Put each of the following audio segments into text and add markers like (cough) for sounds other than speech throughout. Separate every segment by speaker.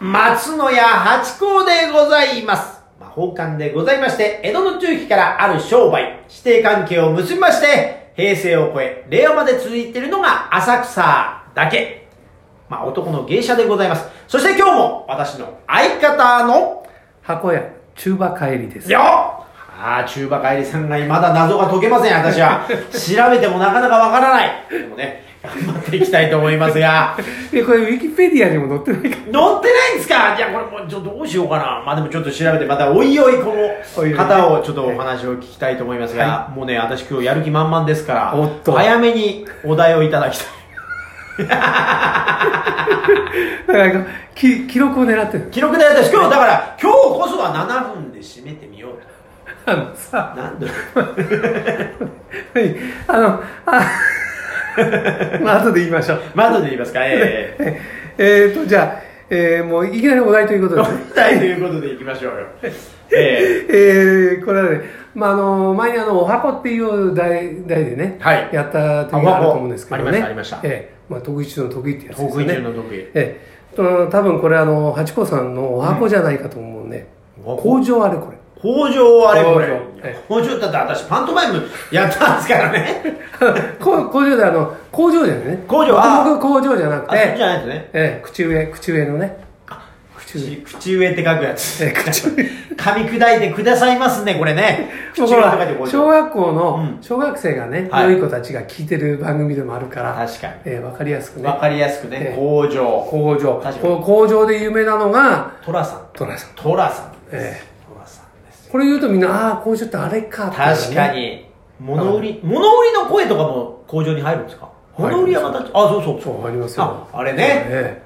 Speaker 1: 松野屋八甲でございます。まあ、宝冠でございまして、江戸の中期からある商売、指定関係を結びまして、平成を超え、令和まで続いているのが浅草だけ。まあ、男の芸者でございます。そして今日も私の相方の、
Speaker 2: 箱屋中馬帰りです
Speaker 1: よっああ、中馬帰りさんがまだ謎が解けません、私は。調べてもなかなかわからない。でもね、頑張っていきたいと思いますが。
Speaker 2: えこれウィキペディアにも載ってないか
Speaker 1: 載ってないんですかじゃあこれもうちょっとどうしようかなまあでもちょっと調べてまたおいおいこ
Speaker 2: おいおい
Speaker 1: の方をちょっとお話を聞きたいと思いますが、もうね私今日やる気満々ですから
Speaker 2: おっと
Speaker 1: 早めにお題をいただきたい
Speaker 2: らなんかき (laughs) 記録を狙ってる
Speaker 1: 記録で私今日だから今日こそは7分で締めてみようと
Speaker 2: あのさ
Speaker 1: なんだろ
Speaker 2: はいあのあ (laughs) まあ後で言いましょう
Speaker 1: うまあ後で言いますかええ
Speaker 2: えっとじゃあ、えーもういきなりお題ということで、ね
Speaker 1: お題ということでいきましょうよええ
Speaker 2: えーこれはね、まあ、あの前にあのお箱っていう題題でね、
Speaker 1: はい
Speaker 2: やった時があると思うんですけどね
Speaker 1: あお箱ありましたありました
Speaker 2: えーまあ、得意中の得意ってやつですよね
Speaker 1: 得意中の得意
Speaker 2: ええと多分これあの八甲さんのお箱じゃないかと思うんで、
Speaker 1: うん
Speaker 2: 工場あれこれ
Speaker 1: 工場あれこれ
Speaker 2: 工場ええ
Speaker 1: 工場だって私パントマイムやったんですからね
Speaker 2: (laughs) こ工場であの工場じゃないね
Speaker 1: 工場あ
Speaker 2: 僕工場じゃなく
Speaker 1: あそっちじ
Speaker 2: て
Speaker 1: ゃないですね
Speaker 2: ええ口植え口植えのね口植え
Speaker 1: 口口上って書くやつ。
Speaker 2: え口上
Speaker 1: 噛み砕いてくださいますね、これね。口
Speaker 2: もう
Speaker 1: 上
Speaker 2: ほ
Speaker 1: って書いてこ
Speaker 2: ら
Speaker 1: う
Speaker 2: 小学校
Speaker 1: うん
Speaker 2: の小学生がね、
Speaker 1: はい
Speaker 2: 良い子たちが聞いてる番組でもあるから
Speaker 1: 確かに
Speaker 2: ええわかりやすくね
Speaker 1: わかりやすくね
Speaker 2: え、え
Speaker 1: 工場。
Speaker 2: 工場
Speaker 1: 確かに
Speaker 2: この工場で有名なのが
Speaker 1: トラさん。
Speaker 2: トラさん
Speaker 1: トラさんで
Speaker 2: え
Speaker 1: す。トラさんです。
Speaker 2: これ言うとみんなああ工場ってあれかっていうね
Speaker 1: 確かに。物売り、物売りの声とかも工場に入るんですか
Speaker 2: 入る
Speaker 1: 物売りはまた、あ、そうそう
Speaker 2: そ
Speaker 1: そう。
Speaker 2: うありますよ
Speaker 1: ああれね。
Speaker 2: え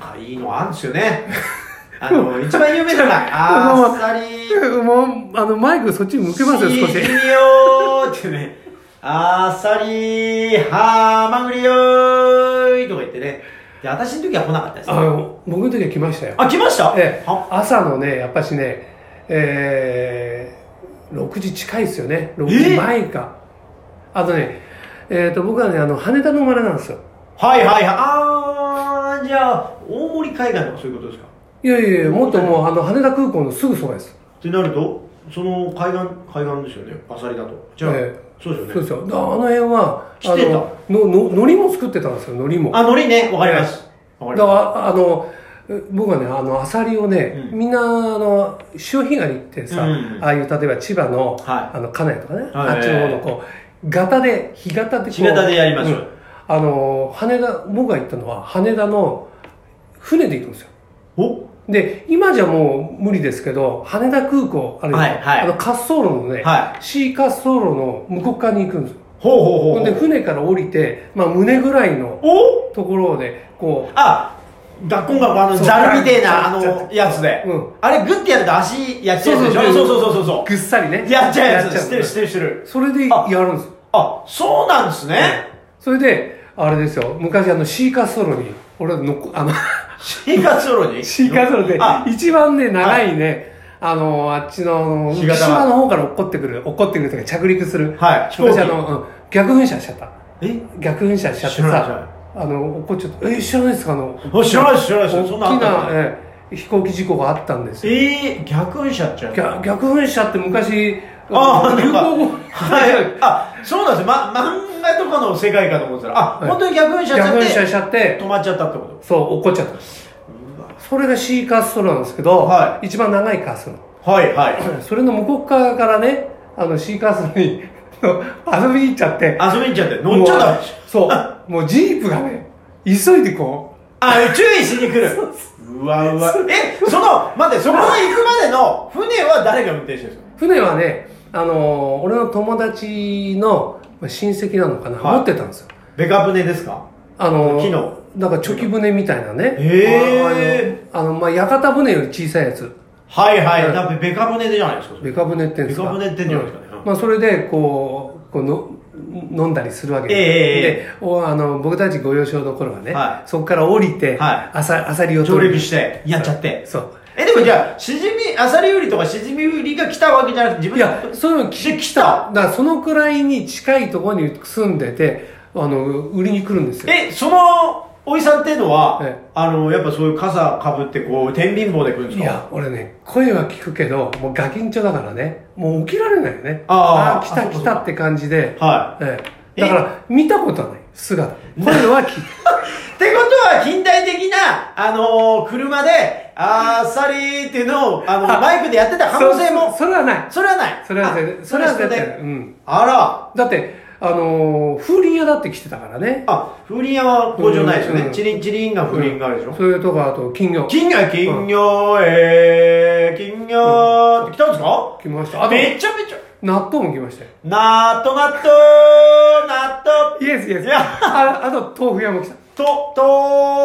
Speaker 1: なんかいいのあるんですよね。あの、一番有名なのが、
Speaker 2: (laughs) まあま
Speaker 1: あっさり。
Speaker 2: えもうあのマイクそっちに向けますよ少し
Speaker 1: しみよーってね、あさりー、はーまぐりよーいとか言ってね。で、私の時は来なかったです。
Speaker 2: あ
Speaker 1: あ、
Speaker 2: の僕の時は来ましたよ
Speaker 1: 来ました
Speaker 2: ええ
Speaker 1: は、
Speaker 2: 朝のねやっぱしねえー、6時近いですよね6
Speaker 1: え
Speaker 2: 時
Speaker 1: ー
Speaker 2: 前か、あとねえー、と僕はねあの羽田の生まれなんですよ
Speaker 1: はいはいはい。あー、じゃあ、大森海岸とかそういうことですか
Speaker 2: いやいやいやもっともうあの羽田空港のすぐそばです
Speaker 1: ってなると、その海岸、海岸ですよね。あさりだと。じゃあ、
Speaker 2: え
Speaker 1: そうですよ
Speaker 2: そうで
Speaker 1: ね。
Speaker 2: すよだあの辺は
Speaker 1: 来てた
Speaker 2: あののの海苔も作ってたんですよ海苔も
Speaker 1: あ、海苔ね、わかります。わかり
Speaker 2: だか
Speaker 1: ま
Speaker 2: らあのえ僕はねあのアサリをね、
Speaker 1: うん
Speaker 2: みんなあの潮干狩りってさ、
Speaker 1: うん
Speaker 2: ああいう例えば千葉の,、
Speaker 1: はい
Speaker 2: あの金谷とかね、
Speaker 1: はい
Speaker 2: あっちの方のこう型で干潟でこう
Speaker 1: 干潟でやりましょう
Speaker 2: あの羽田僕が行ったのは羽田の船で行くんですよ
Speaker 1: す。お
Speaker 2: で今じゃもう無理ですけど羽田空港あるいは、
Speaker 1: はいはい
Speaker 2: あの滑走路のね、
Speaker 1: は
Speaker 2: C 滑走路の向こう側に行くんですよ
Speaker 1: ほうほうほうほ
Speaker 2: ほん
Speaker 1: う。
Speaker 2: で船から降りて、まあ、胸ぐらいの
Speaker 1: お
Speaker 2: ところでこう
Speaker 1: あ、学校があの、
Speaker 2: そう
Speaker 1: ザルみてえな、あ
Speaker 2: そうそう
Speaker 1: の、やつで。
Speaker 2: うん
Speaker 1: あれ、グッてやると足やっちゃうやつでしょ
Speaker 2: そ
Speaker 1: そ
Speaker 2: うそうう
Speaker 1: そ
Speaker 2: そう
Speaker 1: そうそう。
Speaker 2: ぐっさりね
Speaker 1: やっちゃうやつ。
Speaker 2: や
Speaker 1: 知ってる知ってる知ってる。
Speaker 2: それで
Speaker 1: あ
Speaker 2: やるんです
Speaker 1: あ、そうなんですね。
Speaker 2: それであれですよ昔あのシーカスソロに俺はのこあの
Speaker 1: シーカスロに
Speaker 2: シーカスソロで
Speaker 1: あ、
Speaker 2: 一番ね長いね、あのあっちの
Speaker 1: 干
Speaker 2: 浮
Speaker 1: 潟
Speaker 2: 島の方から落っこってくる落っこってくるというか着陸する
Speaker 1: はい飛行機
Speaker 2: 私あの、うん逆噴射しちゃった
Speaker 1: え
Speaker 2: 逆噴射しちゃって
Speaker 1: 知らない知らない
Speaker 2: さあの落っこっちゃったえ知らないですかあの
Speaker 1: お知らない知らない知らない。そんなのあ
Speaker 2: 大
Speaker 1: っ
Speaker 2: き
Speaker 1: た
Speaker 2: な、
Speaker 1: んだ
Speaker 2: ええ飛行機事故があったんですよ
Speaker 1: えー、逆にしちゃっちゃう。
Speaker 2: 逆逆噴射って昔
Speaker 1: あー
Speaker 2: 流行語
Speaker 1: はい。あ、そうなんですよ。ま、漫画とかの世界かと思ってたら、あ、
Speaker 2: はい
Speaker 1: 本当に逆にしちゃ
Speaker 2: 逆
Speaker 1: っ
Speaker 2: 噴
Speaker 1: ちゃ
Speaker 2: 射
Speaker 1: っ
Speaker 2: しちゃって
Speaker 1: て、止まっちゃったってこと
Speaker 2: そう、怒っちゃったんです。それがシーカストロなんですけど、
Speaker 1: は
Speaker 2: 一番長いカーストロ。
Speaker 1: はいはい。
Speaker 2: (clears throat) それの向こう側からね、あの、シーカーストロにあの遊びに行っちゃって、
Speaker 1: 遊びに行っちゃって、乗っちゃった
Speaker 2: も。うそう、もうジープがね、急いでこ
Speaker 1: あ、注意しに来る。うわうわ。え、その、待って、そこに行くまでの船は誰が運転してるんです
Speaker 2: う、船はね、あのー俺の友達のまあ親戚なのかな、
Speaker 1: はい
Speaker 2: 持ってたんですよ。
Speaker 1: かベカ船ですか
Speaker 2: あのー
Speaker 1: 木の
Speaker 2: なんかチョキ船みたいなね。
Speaker 1: へ
Speaker 2: あの、あのまあ、屋形船より小さいやつ。
Speaker 1: はいはい。
Speaker 2: はい
Speaker 1: だってベカ船でじゃないですか。
Speaker 2: ベカ船ってんですか
Speaker 1: ベカ船ってんじゃないですかねうん
Speaker 2: まあ、それでこうこうの飲んだりするわけです、
Speaker 1: ええええ
Speaker 2: でおあの僕たちご幼少の頃はね、
Speaker 1: はそ
Speaker 2: そこから降りて、
Speaker 1: は
Speaker 2: あさあさりを
Speaker 1: 上
Speaker 2: 取
Speaker 1: 陸
Speaker 2: り
Speaker 1: して、やっちゃって。
Speaker 2: そう
Speaker 1: え、でもじゃあ、しじみ、アサリ売りとかしじみ売りが来たわけじゃなくて、自
Speaker 2: い
Speaker 1: 分
Speaker 2: や
Speaker 1: で
Speaker 2: そういうの
Speaker 1: で来た。
Speaker 2: だからそのくらいに近いところに住んでてあの売りに来るんですよ
Speaker 1: え、その、おじさんっていうのは、
Speaker 2: ええ
Speaker 1: あの、やっぱそういう傘かぶって、こう、天秤棒で来るんです
Speaker 2: い
Speaker 1: か
Speaker 2: や、俺ね、声は聞くけど、もうガキンチョだからね、もう起きられないよね。
Speaker 1: あー
Speaker 2: ー来
Speaker 1: あ
Speaker 2: た来たって感じで、
Speaker 1: は
Speaker 2: ええ、だから、見たことはない、姿。声は聞く。
Speaker 1: い。ってことは、近代的な、あのー車で、あーっさりーっていうのを、あ
Speaker 2: (laughs)
Speaker 1: の、バイクでやってた可能性も
Speaker 2: そ、それはない。
Speaker 1: それはない。
Speaker 2: それは
Speaker 1: あ
Speaker 2: 絶それは絶対ない。
Speaker 1: 人で
Speaker 2: うん。
Speaker 1: あら、
Speaker 2: だって、あのー風鈴屋だって来てたからね。
Speaker 1: あ、風鈴屋は工場ないですよ
Speaker 2: う
Speaker 1: ね。
Speaker 2: ん
Speaker 1: チリン、チリンが風鈴があるでしょ。
Speaker 2: それとか、あと、金魚。
Speaker 1: 金魚、金魚、えー、金魚って来たんですか
Speaker 2: 来ました。あと、
Speaker 1: めちゃめちゃ。
Speaker 2: 納豆も来ましたよ。
Speaker 1: 納豆納豆納豆
Speaker 2: イエスイエス。
Speaker 1: いや
Speaker 2: ああと、豆腐屋も来た。
Speaker 1: と、とーふー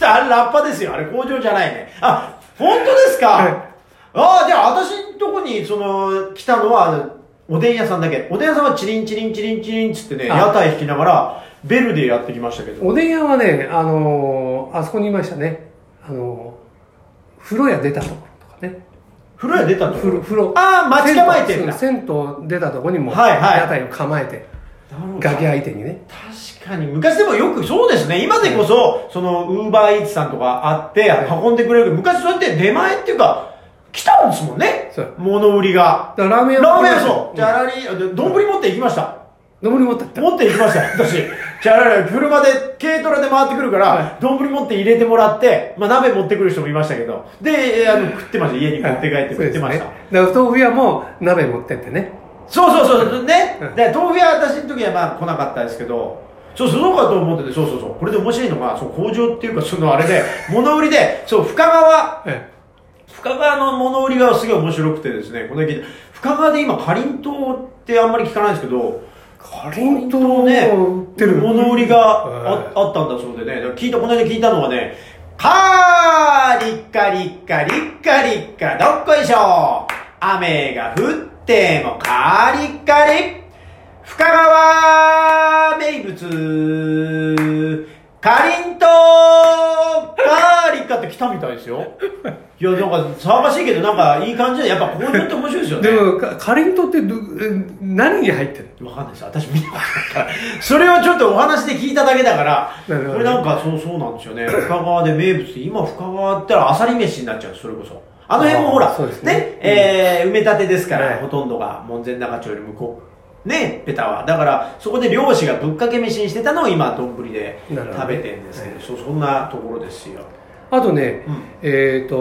Speaker 1: あれラッパですよ。あれ工場じゃないね。あ、本当ですか、
Speaker 2: はい
Speaker 1: ああ、じゃあ私のとこに、その、来たのは、あのおでん屋さんだけ。おでん屋さんはチリンチリンチリンチリンっつってね、
Speaker 2: あ
Speaker 1: 屋台引きながら、ベルでやってきましたけど。
Speaker 2: おでん屋はね、あのーあそこにいましたね。あのー風呂屋出たところとかね。
Speaker 1: 風呂屋出たの
Speaker 2: 風呂、風呂。
Speaker 1: ああ、待ち構えてんだ。
Speaker 2: 銭湯銭湯出たとこにも、
Speaker 1: はいはい
Speaker 2: 屋台を構えて、
Speaker 1: なるほど
Speaker 2: ガキ相手にね。
Speaker 1: 確かに、昔でもよく、そうですね、今でこそ、その、ウーバーイーツさんとかあって、運んでくれるけど、昔そうやって出前っていうか、来たんですもんね
Speaker 2: そう。
Speaker 1: 物売りが。
Speaker 2: だからラーメン屋
Speaker 1: ラーメン屋そう。じ
Speaker 2: じゃ
Speaker 1: ゃらり、丼持って行きました。
Speaker 2: どこに持ってった
Speaker 1: 持って行きま
Speaker 2: (laughs)
Speaker 1: した、私。じゃらり、車で、軽トラで回ってくるか
Speaker 2: は
Speaker 1: ら、丼持って入れてもらって、まあ、鍋持ってくる人もいましたけど、で、えーあの、食ってました。家に持って帰って食ってました
Speaker 2: そう。ですね、だから豆腐屋も鍋持ってってね。
Speaker 1: そうそうそう、ね
Speaker 2: うん。
Speaker 1: で、豆腐屋私の時はまあ来なかったですけど、そう、そうかと思ってて、そうそうそう。これで面白いのが、そう、工場っていうか、そのあれで、 (laughs) 物売りで、そう、深川、
Speaker 2: え
Speaker 1: 深川の物売りがすげえ面白くてですね、この間聞いた深川で今、かりんとうってあんまり聞かないんですけど、かり
Speaker 2: んとうを
Speaker 1: ね
Speaker 2: 売って、る
Speaker 1: 物売りがあ,、
Speaker 2: は
Speaker 1: あったんだそうでね、だから聞いた、この間聞いたのはね、カーリッカリッカリッカリッカ、どっこいしょ雨が降ってもカーリッカリッ深川名物、かりんとう、カーリッカって来たみたいですよ。いや、なんか騒がしいけど、なんかいい感じで、やっぱ工場って面白いですよ
Speaker 2: い
Speaker 1: ね。
Speaker 2: でも、かかりんとうってどえ何に入ってるの
Speaker 1: わかんないです。私見たことないから。それをちょっとお話で聞いただけだから、こ
Speaker 2: なるほど
Speaker 1: れなんかそうそうなんですよね。深川で名物って、今深川ってあさり飯になっちゃうんです、それこそ。あの辺もほ
Speaker 2: あ
Speaker 1: ら、
Speaker 2: ーそうですね
Speaker 1: えー埋め立てですから、
Speaker 2: はい
Speaker 1: ほとんどが門前仲町より向こう。ね、ペタは。だから、そこで漁師がぶっかけ飯にしてたのを今、丼で
Speaker 2: なるほど
Speaker 1: 食べてるんですけど、そうそんなところですよ。
Speaker 2: あとね、
Speaker 1: うん
Speaker 2: えっ、ー、と、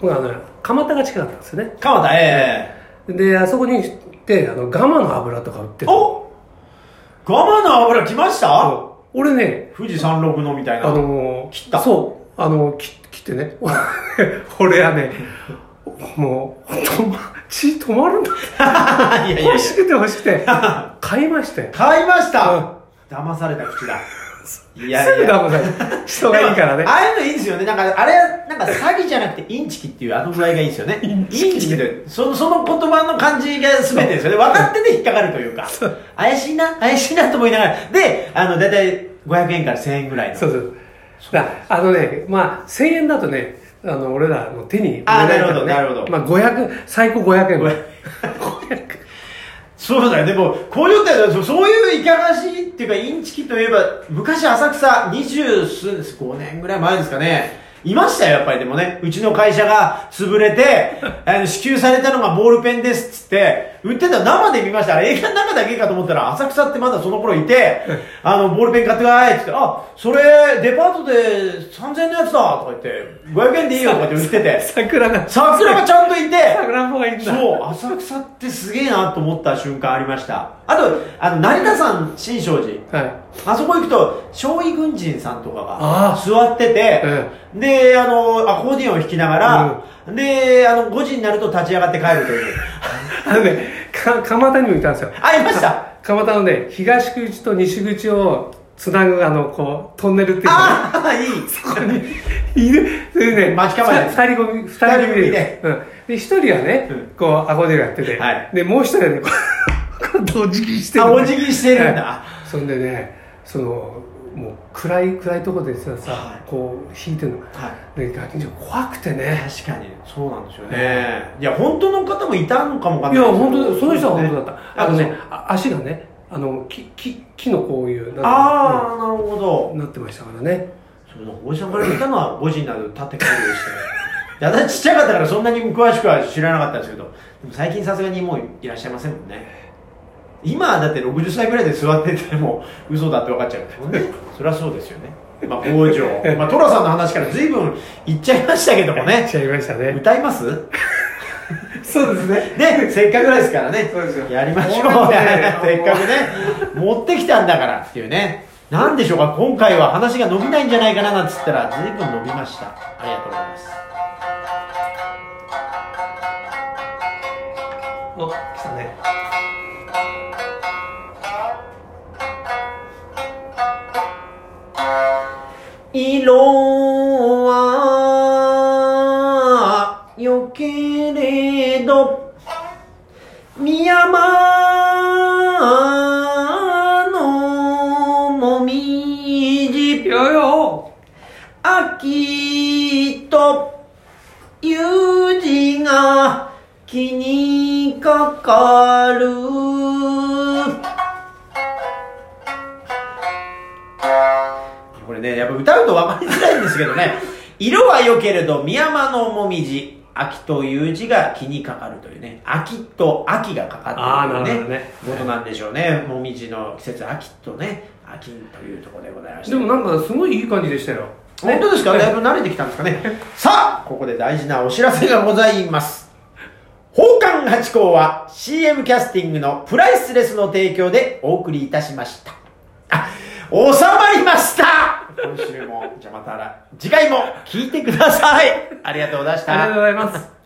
Speaker 2: これあの、蒲田が近かったんですよね。
Speaker 1: 川田、え
Speaker 2: で、あそこに行って、あの、ガマの油とか売っ
Speaker 1: え
Speaker 2: てる。
Speaker 1: おガマの油来ました
Speaker 2: そう俺ね、
Speaker 1: 富士山麓のみ (laughs) たいな。
Speaker 2: あのー
Speaker 1: 切った
Speaker 2: そう。あのーき切ってね。 (laughs) 俺はね、もう、止ま、血止まるんだ。
Speaker 1: いやいやいや
Speaker 2: 欲しくて欲し
Speaker 1: (laughs)
Speaker 2: くて。買いましたよ。
Speaker 1: 買いました、
Speaker 2: うん
Speaker 1: 騙された口だ。い
Speaker 2: (laughs) すぐ騙される。人がいいか
Speaker 1: で
Speaker 2: らね
Speaker 1: も。ああいうのいいですよね。なんか、あれ、なんか詐欺じゃなくてインチキっていうあの具合がいいですよ
Speaker 2: (laughs)
Speaker 1: ね。インチキって、その、その言葉の感じが全てですよね。分かってて引っかかるというか。怪しいな、怪しいなと思いながら。で、あの、だいたい500円から1000円ぐらいの。
Speaker 2: そうそう。だあのね、まあ、1000円だとね、あの、俺らの手に
Speaker 1: あー
Speaker 2: 入れいか
Speaker 1: な
Speaker 2: らね
Speaker 1: るほどなるほど
Speaker 2: まあ、500、最高500円。
Speaker 1: ごめん
Speaker 2: 500
Speaker 1: そうだよね。でも、工場ってそうそういういかがしいっていうか、インチキといえば、昔浅草二十数、5年ぐらい前ですかね。いましたよ、やっぱりでもね。うちの会社が潰れて、あの、支給されたのがボールペンですっつって、売ってた生で見ました。あれ映画の中だけかと思ったら、浅草ってまだその頃いて、あの、ボールペン買ってくださいっつって、あ、それ、デパートで3000円のやつだとか言って、500円でいいよとか言って売って
Speaker 2: (laughs)
Speaker 1: て、
Speaker 2: 桜が、
Speaker 1: 桜がちゃんといて、
Speaker 2: 桜の方がいいんだ。
Speaker 1: そう、浅草ってすげえなと思った瞬間ありました。あと、あの、成田山新勝寺。
Speaker 2: はい。
Speaker 1: あそこ行くと、将棋軍人さんとかが
Speaker 2: ああ
Speaker 1: 座ってて、で、あの、アコーディオンを弾きながら、で、あの、5時になると立ち上がって帰ると
Speaker 2: (laughs)
Speaker 1: いう。
Speaker 2: あのね、か、蒲田にもいたんですよ。
Speaker 1: あ、いました
Speaker 2: 蒲田のね、東口と西口をつなぐ、あの、こう、トンネルっていうか、
Speaker 1: ああ、いい。
Speaker 2: ここに、いる、それでね、
Speaker 1: 待ち構えて
Speaker 2: さ二人組、二人
Speaker 1: 人
Speaker 2: 組
Speaker 1: 組で
Speaker 2: で、うん。で、一人はね
Speaker 1: うん、
Speaker 2: こう、アコーディオンやってて、
Speaker 1: はい
Speaker 2: で、もう一人はね、こう、こう同時期して
Speaker 1: あ、
Speaker 2: の
Speaker 1: お辞儀してるんだ。
Speaker 2: はいそんでね、その、もう、暗い、暗いとこでさ、
Speaker 1: は
Speaker 2: さ
Speaker 1: い
Speaker 2: こう、弾いてるの。
Speaker 1: はい。
Speaker 2: で、ガキンちゃん怖くてね。
Speaker 1: 確かに、そうなんですよね。いや、本当の方もいたのかもわか
Speaker 2: い
Speaker 1: ん
Speaker 2: や、
Speaker 1: ないですけど。
Speaker 2: 本当だその人は本当だった。あの
Speaker 1: そ
Speaker 2: ね
Speaker 1: う、
Speaker 2: あ足がね、あの、木、木、木のこういう、なんて
Speaker 1: ああ、なるほど。
Speaker 2: うんなってましたからね。
Speaker 1: そのおじさんから見たのは5時になると立ってくるでしたね。いや、だってちっちゃかったからそんなに詳しくは知らなかったんですけど、でも最近さすがにもういらっしゃいませんもんね。今はだって60歳ぐらいで座ってても嘘だって分かっちゃうんですもんね。そりゃそうですよね。まあ、工場。まあ、トラさんの話から随分言っちゃいましたけども
Speaker 2: やっ
Speaker 1: ね。
Speaker 2: ちゃいましたね。
Speaker 1: 歌いますね、
Speaker 2: そうですね。
Speaker 1: せっかくですからね。
Speaker 2: そうですよ
Speaker 1: やりましょう。
Speaker 2: もうね
Speaker 1: せっかくね、持ってきたんだからっていうね。なんでしょうか、今回は話が伸びないんじゃないかななんつったら、随分伸びました。ありがとうございます。
Speaker 2: お、来たね。
Speaker 1: 色は良けれど宮山のもみじ
Speaker 2: よよ
Speaker 1: 秋と友字が気にかかるこれねやっぱ歌うと分かりづらいんですけど
Speaker 2: (laughs)
Speaker 1: ね色は良けれど宮山のもみじ秋という字が気にかかるというね秋と秋がかかってるという
Speaker 2: あーなるほどね
Speaker 1: ことなんでしょうねもみじの季節秋とね秋というところでございました
Speaker 2: でもなんかすごいいい感じでしたよ。
Speaker 1: 本当ですかだいぶ慣れてきたんですかね。 (laughs) さあ、ここで大事なお知らせがございます。宝冠八甲は CM キャスティングのプライスレスの提供でお送りいたしました。あ、収まりました今週も、じゃあまた次回も聞いてください。ありがとうございまし
Speaker 2: ありが
Speaker 1: た
Speaker 2: とう。ございます。